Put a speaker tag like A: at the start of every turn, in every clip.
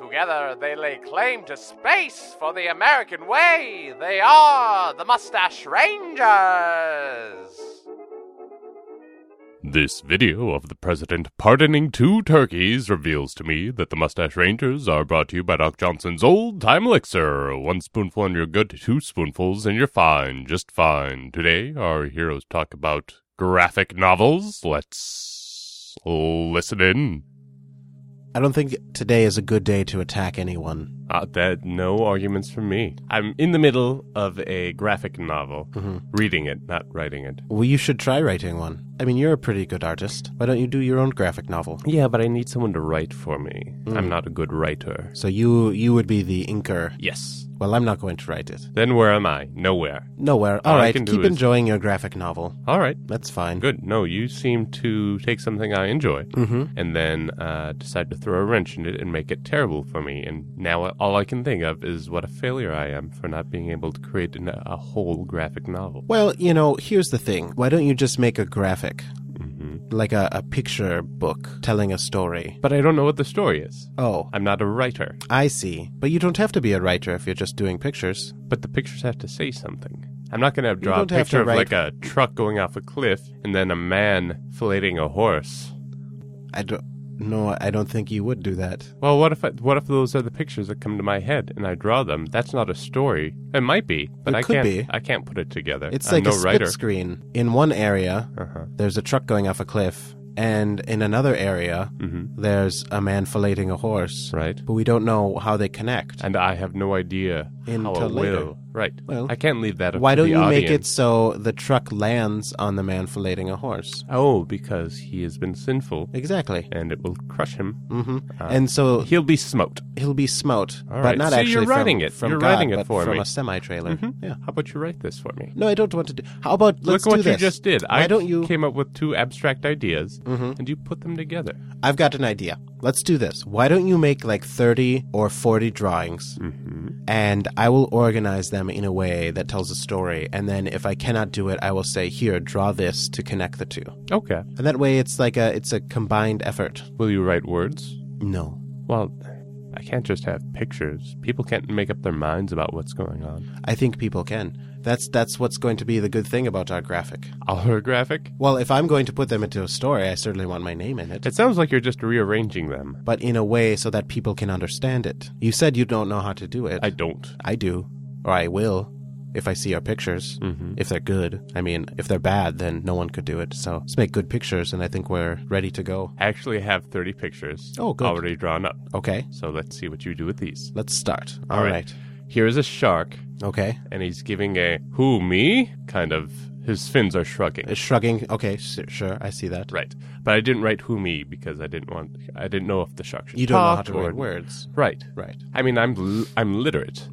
A: Together they lay claim to space for the American way. They are the Mustache Rangers.
B: This video of the president pardoning two turkeys reveals to me that the Mustache Rangers are brought to you by Doc Johnson's Old Time Elixir. One spoonful and you're good, two spoonfuls and you're fine, just fine. Today, our heroes talk about graphic novels. Let's listen in.
C: I don't think today is a good day to attack anyone.
B: Uh, that no arguments from me. I'm in the middle of a graphic novel, reading it, not writing it.
C: Well, you should try writing one. I mean, you're a pretty good artist. Why don't you do your own graphic novel?
B: Yeah, but I need someone to write for me. I'm not a good writer.
C: So you you would be the inker.
B: Yes.
C: Well, I'm not going to write it.
B: Then where am I? Nowhere.
C: Nowhere.
B: All
C: All
B: I
C: right,
B: can do
C: keep
B: is-
C: enjoying your graphic novel.
B: All right.
C: That's fine.
B: Good. No, you seem to take something I enjoy
C: Mhm.
B: and then uh, decide to throw a wrench in it and make it terrible for me. And now all I can think of is what a failure I am for not being able to create an, a whole graphic novel.
C: Well, you know, here's the thing. Why don't you just make a graphic?
B: Mm-hmm.
C: Like a, a picture book telling a story.
B: But I don't know what the story is.
C: Oh,
B: I'm not a writer.
C: I see. But you don't have to be a writer if you're just doing pictures.
B: But the pictures have to say something. I'm not going to draw a
C: don't have to
B: picture of
C: write-
B: like a truck going off a cliff and then a man filleting a horse.
C: I don't. No, I don't think you would do that.
B: Well, what if I, what if those are the pictures that come to my head and I draw them? That's not a story. It might be, but
C: It
B: I
C: could
B: can't.
C: be.
B: I can't put it together.
C: It's
B: I'm
C: like
B: no
C: a split
B: writer.
C: screen. In one area,
B: Uh-huh.
C: there's a truck going off a cliff, and in another area, there's a man filleting a horse.
B: Mm-hmm. Right.
C: But we don't know how they connect.
B: And I have no idea how
C: Until
B: it
C: later.
B: will. Right.
C: Well,
B: I can't leave that. Up
C: Why
B: to
C: don't
B: the
C: you make it
B: audience.
C: so the truck lands on the man filleting a horse?
B: Oh, because he has been sinful,
C: Exactly.
B: and it will crush him.
C: hmm and so
B: He'll be smote.
C: he'll be smote,
B: Ah. All
C: but
B: right,
C: not
B: so
C: actually
B: you're writing
C: from,
B: it.
C: from
B: You're
C: God,
B: writing it
C: but
B: for
C: from
B: me.
C: a semi-trailer. Yeah.
B: How about you write this for me?
C: No, I don't want to do. How about let's
B: Look
C: do
B: what you
C: this?
B: just did.
C: Why
B: I
C: don't you? Mm-hmm.
B: came up with two abstract ideas, and you put them together.
C: I've got an idea. Let's do this. Why don't you make like 30 or 40 drawings? And I will organize them in a way that tells a story. And then if I cannot do it, I will say, here, draw this to connect the two.
B: Okay.
C: And that way it's like a, it's a combined effort.
B: Will you write words?
C: No.
B: Well, I can't just have pictures. People can't make up their minds about what's going on.
C: I think people can. That's, that's what's going to be the good thing about our graphic.
B: Holographic?
C: Well, if I'm going to put them into a story, I certainly want my name in it.
B: It sounds like you're just rearranging them.
C: But in a way so that people can understand it. You said you don't know how to do it.
B: I don't.
C: I do, or I will, if I see our pictures.
B: Mm-hmm.
C: If they're good, I mean, if they're bad, then no one could do it. So let's make good pictures, and I think we're ready to go.
B: I actually have 30 pictures
C: Oh, good.
B: already drawn up.
C: Okay,
B: So let's see what you do with these.
C: let's start.
B: All
C: All
B: right.
C: right.
B: Here is a shark,
C: Okay.
B: and he's giving a who, me? kind of. His fins are shrugging.
C: Uh, Shrugging. Okay, s sure, I see that.
B: Right. But I didn't write who, me because I didn't want. I didn't know if the shark should
C: You don't know how
B: talk
C: to
B: or-
C: write words.
B: Right.
C: Right.
B: I mean, I'm l- I'm literate,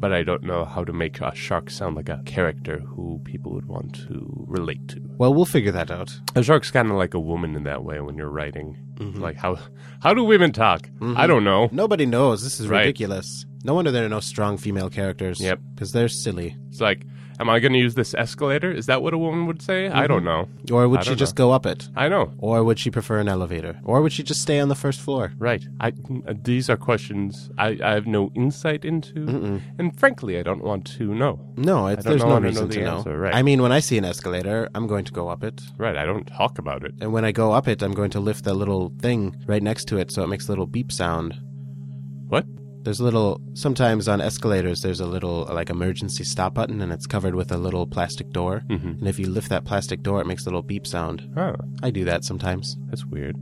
B: but I don't know how to make a shark sound like a character who people would want to relate to.
C: Well, we'll figure that out.
B: A shark's kind of like a woman in that way when you're writing.
C: Mm-hmm.
B: Like how how do women talk? I don't know.
C: Nobody knows. This is
B: Right.
C: ridiculous. No wonder there are no strong female characters.
B: Yep.
C: Because they're silly.
B: It's like, am I going to use this escalator? Is that what a woman would say? I don't know.
C: Or
B: I
C: would she
B: don't
C: just go up it?
B: I know.
C: Or would she prefer an elevator? Or would she just stay on the first floor?
B: Right. I, these are questions I, I have no insight into, and frankly, I don't want to know.
C: No, it's,
B: don't
C: there's
B: know- I
C: no
B: don't know
C: reason
B: the
C: to know.
B: answer, right.
C: I mean, when I see an escalator, I'm going to go up it.
B: Right. I don't talk about it.
C: And when I go up it, I'm going to lift that little thing right next to it so it makes a little beep sound.
B: What?
C: There's a little, sometimes on escalators, there's a little like emergency stop button and it's covered with a little plastic door. Mm-hmm. And if you lift that plastic door, it makes a little beep sound.
B: Oh,
C: I do that sometimes.
B: that's weird.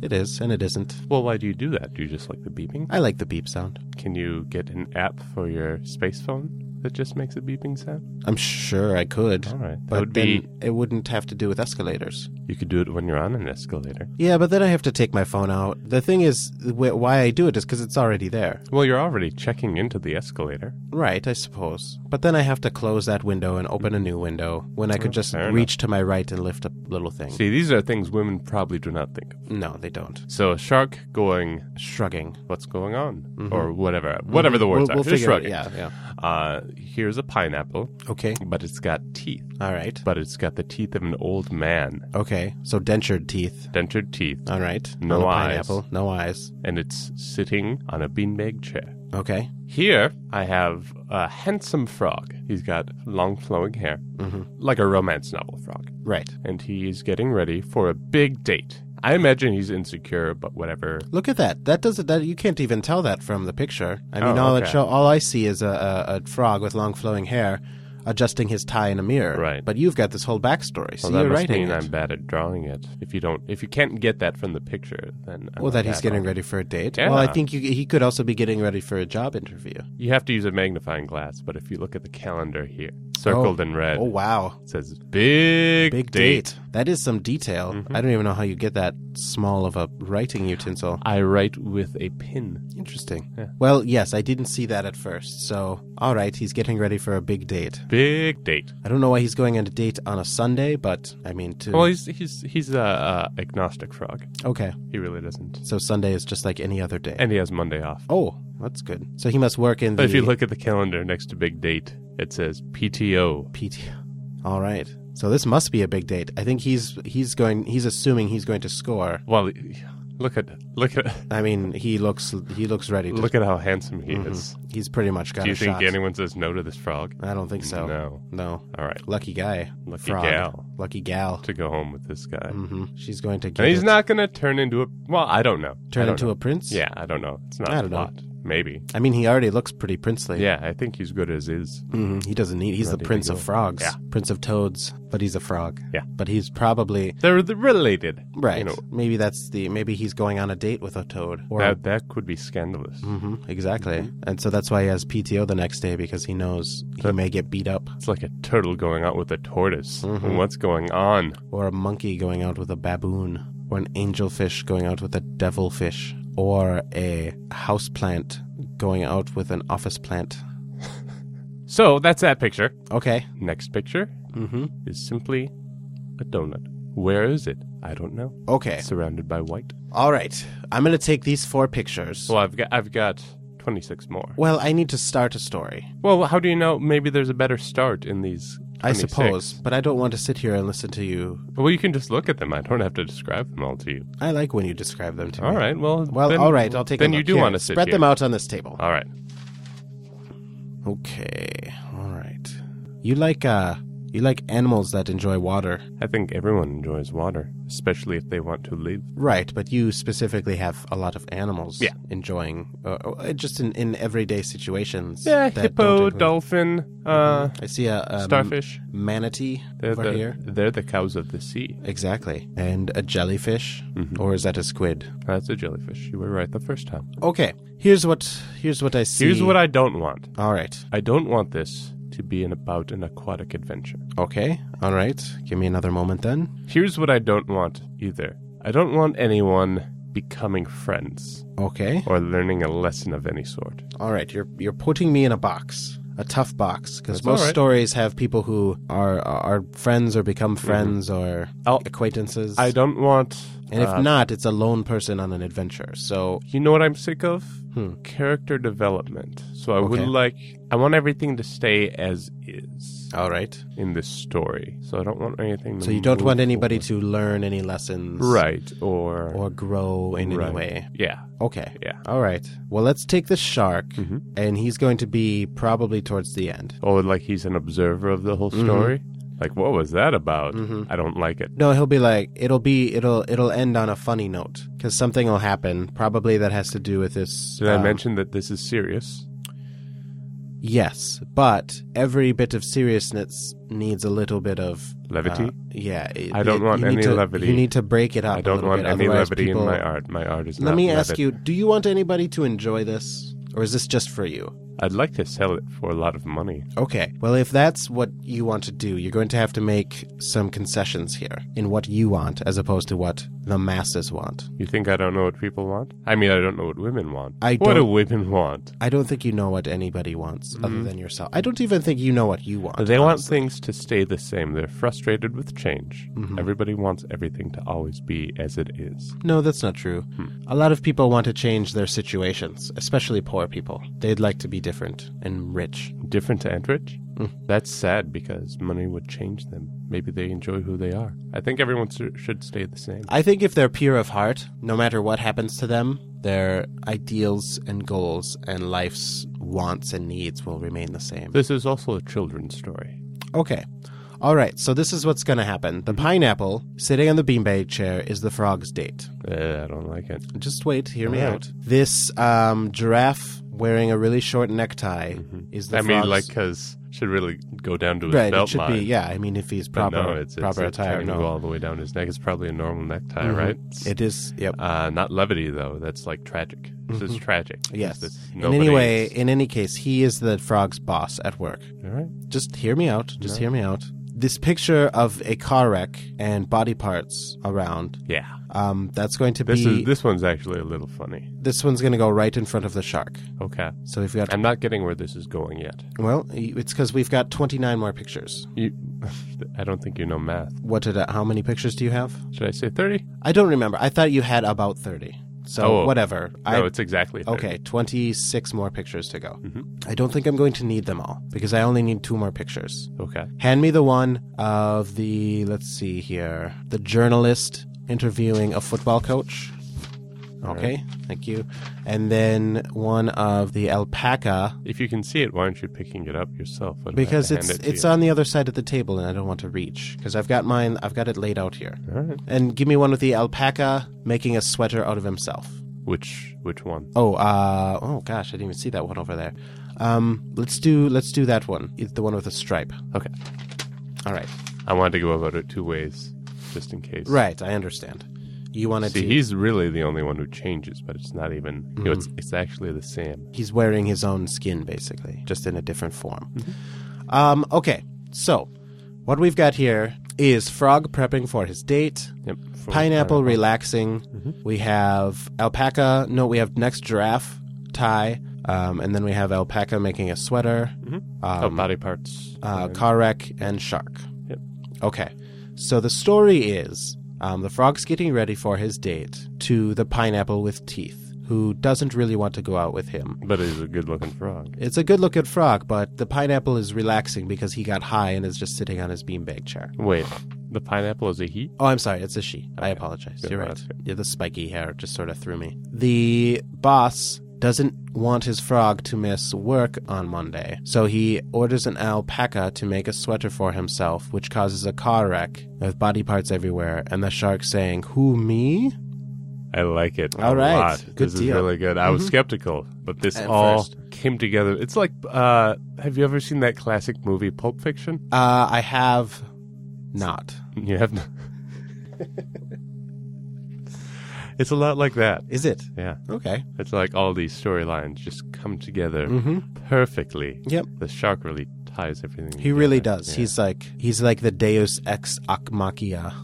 C: It is, and it isn't.
B: Well, why do you do that? Do you just like the beeping?
C: I like the beep sound.
B: Can you get an app for your space phone? that just makes a beeping sound?
C: I'm sure I could.
B: All right. That
C: But
B: would
C: then
B: be.
C: it wouldn't have to do with escalators.
B: You could do it when you're on an escalator.
C: Yeah, but then I have to take my phone out. The thing is, wh- why I do it is because it's already there.
B: Well, you're already checking into the escalator.
C: Right, I suppose. But then I have to close that window and open a new window when I could just
B: Oh, fair enough.
C: reach to my right and lift a little thing.
B: See, these are things women probably do not think of.
C: No, they don't.
B: So a shark going,
C: Shrugging.
B: what's going on? Or whatever. Whatever the words
C: Mm-hmm. we'll, we'll
B: are. Just
C: figure it-
B: shrugging.
C: Yeah, yeah.
B: Uh, here's a pineapple,
C: Okay.
B: but it's got teeth.
C: All right.
B: But it's got the teeth of an old man.
C: Okay. So dentured teeth.
B: Dentured teeth.
C: All right.
B: No
C: On a
B: eyes.
C: Pineapple. No eyes.
B: And it's sitting on a beanbag chair.
C: Okay.
B: Here, I have a handsome frog. He's got long flowing hair,
C: Mm-hmm.
B: like a romance novel frog.
C: Right.
B: And he's getting ready for a big date. I imagine he's insecure, but whatever.
C: Look at that. That doesn't. That you can't even tell that from the picture. I mean,
B: Oh,
C: all it
B: okay.
C: show, all I see is a, a, a frog with long flowing hair, adjusting his tie in a mirror.
B: Right.
C: But you've got this whole backstory. So
B: Well, that
C: you're
B: must
C: writing
B: mean
C: it.
B: I'm bad at drawing it. If you don't, if you can't get that from the picture, then I'm
C: well,
B: not
C: that he's
B: bad
C: getting
B: at
C: ready for a date.
B: Yeah.
C: Well, I think you, he could also be getting ready for a job interview.
B: it. You have to use a magnifying glass, but if you look at the calendar here, circled in red,
C: Oh wow,
B: it says big,
C: big
B: date. Mm-hmm.
C: date. That is some detail. I don't even know how you get that small of a writing utensil.
B: I write with a pin.
C: Interesting.
B: Yeah.
C: Well, yes, I didn't see that at first. So, all right, he's getting ready for a big date.
B: Big date.
C: I don't know why he's going on a date on a Sunday, but I mean, to
B: Well, he's he's he's a uh, agnostic frog.
C: okay.
B: He really doesn't,
C: So Sunday is just like any other day.
B: and he has Monday off.
C: oh, that's good. So he must work in
B: But
C: the
B: if you look at the calendar next to big date, it says PTO.
C: PTO. All right. So this must be a big date. I think he's he's going. He's assuming he's going to score.
B: Well, look at look at
C: I mean, he looks he looks ready. To,
B: look at how handsome he is.
C: he's pretty much got
B: Do you
C: a
B: think
C: shot.
B: anyone says no to this frog?
C: I don't think so.
B: No.
C: No.
B: All right,
C: Lucky guy.
B: Lucky
C: Frog.
B: gal.
C: Lucky gal.
B: to go home with this guy.
C: hmm She's going to get
B: And he's
C: it.
B: not going to turn into a. Well, I don't know.
C: turn into a prince.
B: Yeah, I don't know. It's not
C: I
B: a
C: don't know.
B: lot. Maybe.
C: I mean, he already looks pretty princely.
B: Yeah, I think he's good as is.
C: hmm He doesn't need. He's
B: Ready
C: the
B: to
C: prince of
B: go.
C: frogs.
B: Yeah.
C: Prince of toads, but he's a frog.
B: Yeah.
C: But he's probably
B: They're the- related.
C: right.
B: You know,
C: maybe that's the. Maybe he's going on a date with a toad. Or
B: that, Mm-hmm. that could be scandalous.
C: hmm exactly. And so that's why he has PTO the next day because he knows he may get beat up,
B: It's like a turtle going out with a tortoise.
C: Mm-hmm.
B: What's going on?
C: or a monkey going out with a baboon, or an angelfish going out with a devilfish, or a houseplant going out with an office plant.
B: So that's that picture.
C: Okay.
B: Next picture
C: Mm-hmm.
B: is simply a donut. Where is it? I don't know.
C: Okay.
B: Surrounded by white.
C: All right. I'm gonna take these four pictures.
B: Well, I've got I've got 26 more.
C: Well, I need to start a story.
B: Well, how do you know? Maybe there's a better start in these.
C: I
B: 26.
C: suppose, but I don't want to sit here and listen to you.
B: Well, you can just look at them. I don't have to describe them all to you.
C: I like when you describe them to
B: All
C: me.
B: right. Well.
C: Well,
B: then-
C: all right. I'll take. a
B: Then you
C: look.
B: do
C: Here,
B: want to sit
C: spread
B: here. Uh.
C: them out on this table.
B: All right.
C: Okay. All right. You like uh, you like animals that enjoy water,
B: I think everyone enjoys water, especially if they want to live.
C: right? But you specifically have a lot of animals.
B: Yeah.
C: Enjoying, uh, uh, just in, in everyday situations.
B: Yeah,
C: that
B: hippo,
C: don't Um, include-
B: dolphin, uh,
C: I see a, a
B: starfish.
C: manatee
B: They're
C: over
B: the,
C: here.
B: they're the cows of the sea.
C: Exactly, and a jellyfish,
B: Mm-hmm.
C: or is that a squid?
B: That's a jellyfish. You were right the first time.
C: Okay. Here's what here's what I see.
B: Here's what I don't want.
C: All right.
B: I don't want this to be an, about an aquatic adventure.
C: Okay. All right. Give me another moment then.
B: Here's what I don't want either. I don't want anyone becoming friends
C: Okay.
B: or learning a lesson of any sort.
C: All right. You're you're putting me in a box, a tough box, because
B: That's all
C: most
B: right.
C: stories have people who are are friends or become friends or
B: Mm-hmm. I'll-
C: acquaintances.
B: I don't want.
C: and if
B: uh,
C: not, it's a lone person on an adventure. So
B: You know what I'm sick of? Character development. So I would
C: Hmm. Okay.
B: like. I want everything to stay as is
C: all right.
B: in this story. So I don't want anything. To
C: So you don't
B: move
C: want anybody
B: forward.
C: to learn any lessons,
B: Right. Or.
C: Or grow in
B: right.
C: any way.
B: Yeah.
C: Okay.
B: Yeah. Mm-hmm.
C: All right. Well, let's take the shark, and he's going to be probably towards the end.
B: Or Oh, like he's an observer of the whole
C: Mm-hmm.
B: story. Like, what was that about? I don't like it.
C: No, he'll be like it'll be it'll it'll end on a funny note because something will happen. Probably that has to do with this.
B: Did I
C: um,
B: mention that this is serious?
C: Yes, but every bit of seriousness needs a little bit of
B: Levity?
C: uh, yeah, it-
B: I don't
C: it-
B: want
C: you need
B: any
C: to-
B: levity.
C: You need to break it up.
B: I
C: a
B: don't
C: little
B: want
C: bit,
B: any
C: otherwise
B: levity
C: people-
B: in my art. My art is not
C: Let me
B: levied.
C: ask you: Do you want anybody to enjoy this, or is this just for you?
B: I'd like to sell it for a lot of money.
C: Okay. Well, if that's what you want to do, you're going to have to make some concessions here in what you want as opposed to what the masses want.
B: You think I don't know what people want? I mean, I don't know what women want.
C: I
B: what do
C: don't-
B: women want?
C: I don't think you know what anybody wants other than yourself. I don't even think you know what you want.
B: Mm-hmm. They want things to stay the same. They're frustrated with change.
C: Mm-hmm.
B: Everybody wants everything to always be as it is.
C: No, that's not true.
B: Hmm.
C: A lot of people want to change their situations, especially poor people. They'd like to be different and rich.
B: Different to Entrich?
C: Hmm.
B: That's sad because money would change them. Maybe they enjoy who they are. I think everyone s- should stay the same.
C: I think if they're pure of heart, no matter what happens to them, their ideals and goals and life's wants and needs will remain the same.
B: This is also a children's story.
C: Okay. All right, so this is what's going to happen. The pineapple sitting on the beanbag chair is the frog's date.
B: Uh, I don't like it.
C: Just wait, hear me
B: Alright.
C: out. This um, giraffe wearing a really short necktie is the
B: Mm-hmm. I mean,
C: frog's-
B: like, because should really go down to his
C: right,
B: belt
C: it should
B: line.
C: be. Yeah, I mean, if he's
B: But
C: proper
B: no, it's, it's,
C: proper
B: it's
C: attire,
B: having to
C: no, Mm-hmm.
B: go all the way down his neck. It's probably a normal necktie, right?
C: it is. Yep.
B: Uh, not levity though. That's like tragic. This is tragic. It's-
C: Mm-hmm. yes.
B: it's
C: in any
B: nobody's-
C: way, in any case, he is the frog's boss at work.
B: All right.
C: Just hear me out. Just hear me out. This picture of a car wreck and body parts around.
B: Yeah.
C: Um, that's going to
B: This
C: be
B: is this one's actually a little funny.
C: this one's going to go right in front of the shark.
B: Okay.
C: So we've got
B: I'm not getting where this is going yet.
C: well, it's because we've got twenty nine more pictures.
B: You, I don't think you know math.
C: What did I, how many pictures do you have?
B: Should I say thirty?
C: I don't remember. I thought you had about thirty. So
B: Oh.
C: whatever. I,
B: no, it's Mm-hmm. exactly 30.
C: Okay, 26 more pictures to go. I don't think I'm going to need them all because I only need two more pictures.
B: Okay.
C: Hand me the one of the, let's see here, the journalist interviewing a football coach. Okay, thank you. And then one of the alpaca
B: If you can see it, why aren't you picking it up yourself? Why do I have
C: because
B: to hand
C: it's
B: it to
C: it's
B: you?
C: on the other side of the table and I don't want to reach because I've got mine, I've got it laid out here.
B: All right.
C: And give me one with the alpaca making a sweater out of himself.
B: Which which one?
C: Oh, uh, oh gosh, I didn't even see that one over there. Um, let's do let's do that one. It's the one with the stripe.
B: Okay.
C: All right,
B: I wanted to go about it two ways, just in case.
C: right. I understand. You wanted
B: See,
C: to.
B: he's really the only one who changes, but it's not even. You know, it's
C: Mm.
B: it's actually the same.
C: He's wearing his own skin, basically, just in a different form. Um, okay, so what we've got here is frog prepping for his date.
B: Yep. full
C: Pineapple relaxing. We have alpaca. No, we have next giraffe tie, um, and then we have alpaca making a sweater.
B: Oh, body parts.
C: uh, car wreck and shark.
B: Yep.
C: Okay. So the story is um, the frog's getting ready for his date to the pineapple with teeth, who doesn't really want to go out with him.
B: But he's a good looking frog.
C: It's a good looking frog, but the pineapple is relaxing because he got high and is just sitting on his beanbag chair.
B: Wait, the pineapple is a he?
C: Oh, I'm sorry. It's a she. I apologize.
B: Good,
C: You're
B: no,
C: right.
B: that's good.
C: Yeah, the spiky hair just sort of threw me. The boss doesn't want his frog to miss work on Monday, so he orders an alpaca to make a sweater for himself, which causes a car wreck with body parts everywhere, and the shark saying, "Who me?"
B: I like it.
C: All
B: a
C: right.
B: lot.
C: Good
B: this
C: deal. Mm-hmm.
B: is really good. I was skeptical, but this
C: At
B: all
C: first.
B: came together. It's like, uh, have you ever seen that classic movie, Pulp Fiction?
C: Uh, I have not.
B: You have. it's a lot like that.
C: Is it
B: Yeah.
C: okay? Mm-hmm.
B: It's like all these storylines just come together perfectly.
C: Mm. Yep.
B: The shark really ties everything.
C: He really does. He's like he's like the Deus ex ac machina.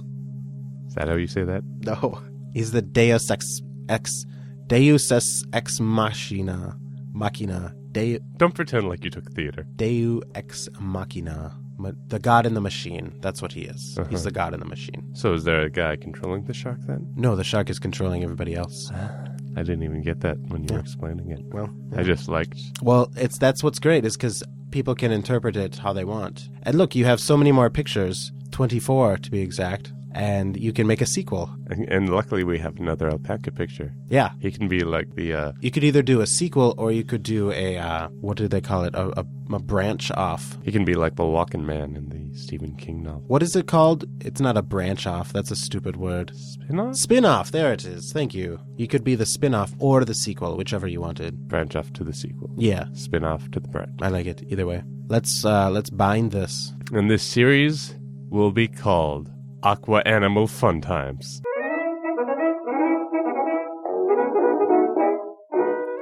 B: Is that how you say that?
C: No. He's the Deus ex ex Deus ex, ex machina machina Deu
B: Don't pretend like you took theater.
C: Deu ex machina. Ma- The god in the machine. That's what he is. He's the god in the machine.
B: So is there a guy controlling the shark then?
C: No, the shark is controlling everybody else.
B: I didn't even get that when you were explaining it.
C: Well,
B: I just liked.
C: well, it's that's what's great is because people can interpret it how they want. And look, you have so many more pictures, twenty-four to be exact, and you can make a sequel.
B: And and luckily, we have another alpaca picture.
C: Yeah,
B: He can be like the uh,
C: you could either do a sequel or you could do a uh, what do they call it? A, a, a branch off.
B: he can be like the walking man in the Stephen King novel.
C: What is it called? It's not a branch off. That's a stupid word.
B: Spin-off?
C: Spin off. There it is. Thank you. You could be the spin off or the sequel, whichever you wanted.
B: Branch off to the sequel.
C: Yeah,
B: Spin off to the branch.
C: I like it either way. Let's uh, let's bind this.
B: And this series will be called Aqua Animal Fun Times.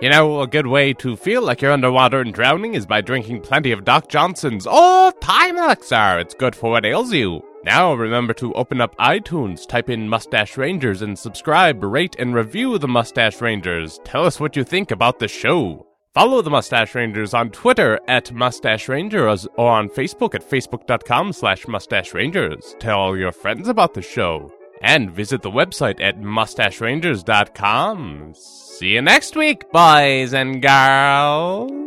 B: You know, a good way to feel like you're underwater and drowning is by drinking plenty of Doc Johnson's all time elixir. It's good for what ails you. Now remember to open up iTunes, type in Mustache Rangers, and subscribe, rate, and review the Mustache Rangers. Tell us what you think about the show. Follow the Mustache Rangers on Twitter at Mustache Rangers or on Facebook at facebook.com slash Mustache Rangers. Tell all your friends about the show. And visit the website at mustacherangers.com. See you next week, boys and girls.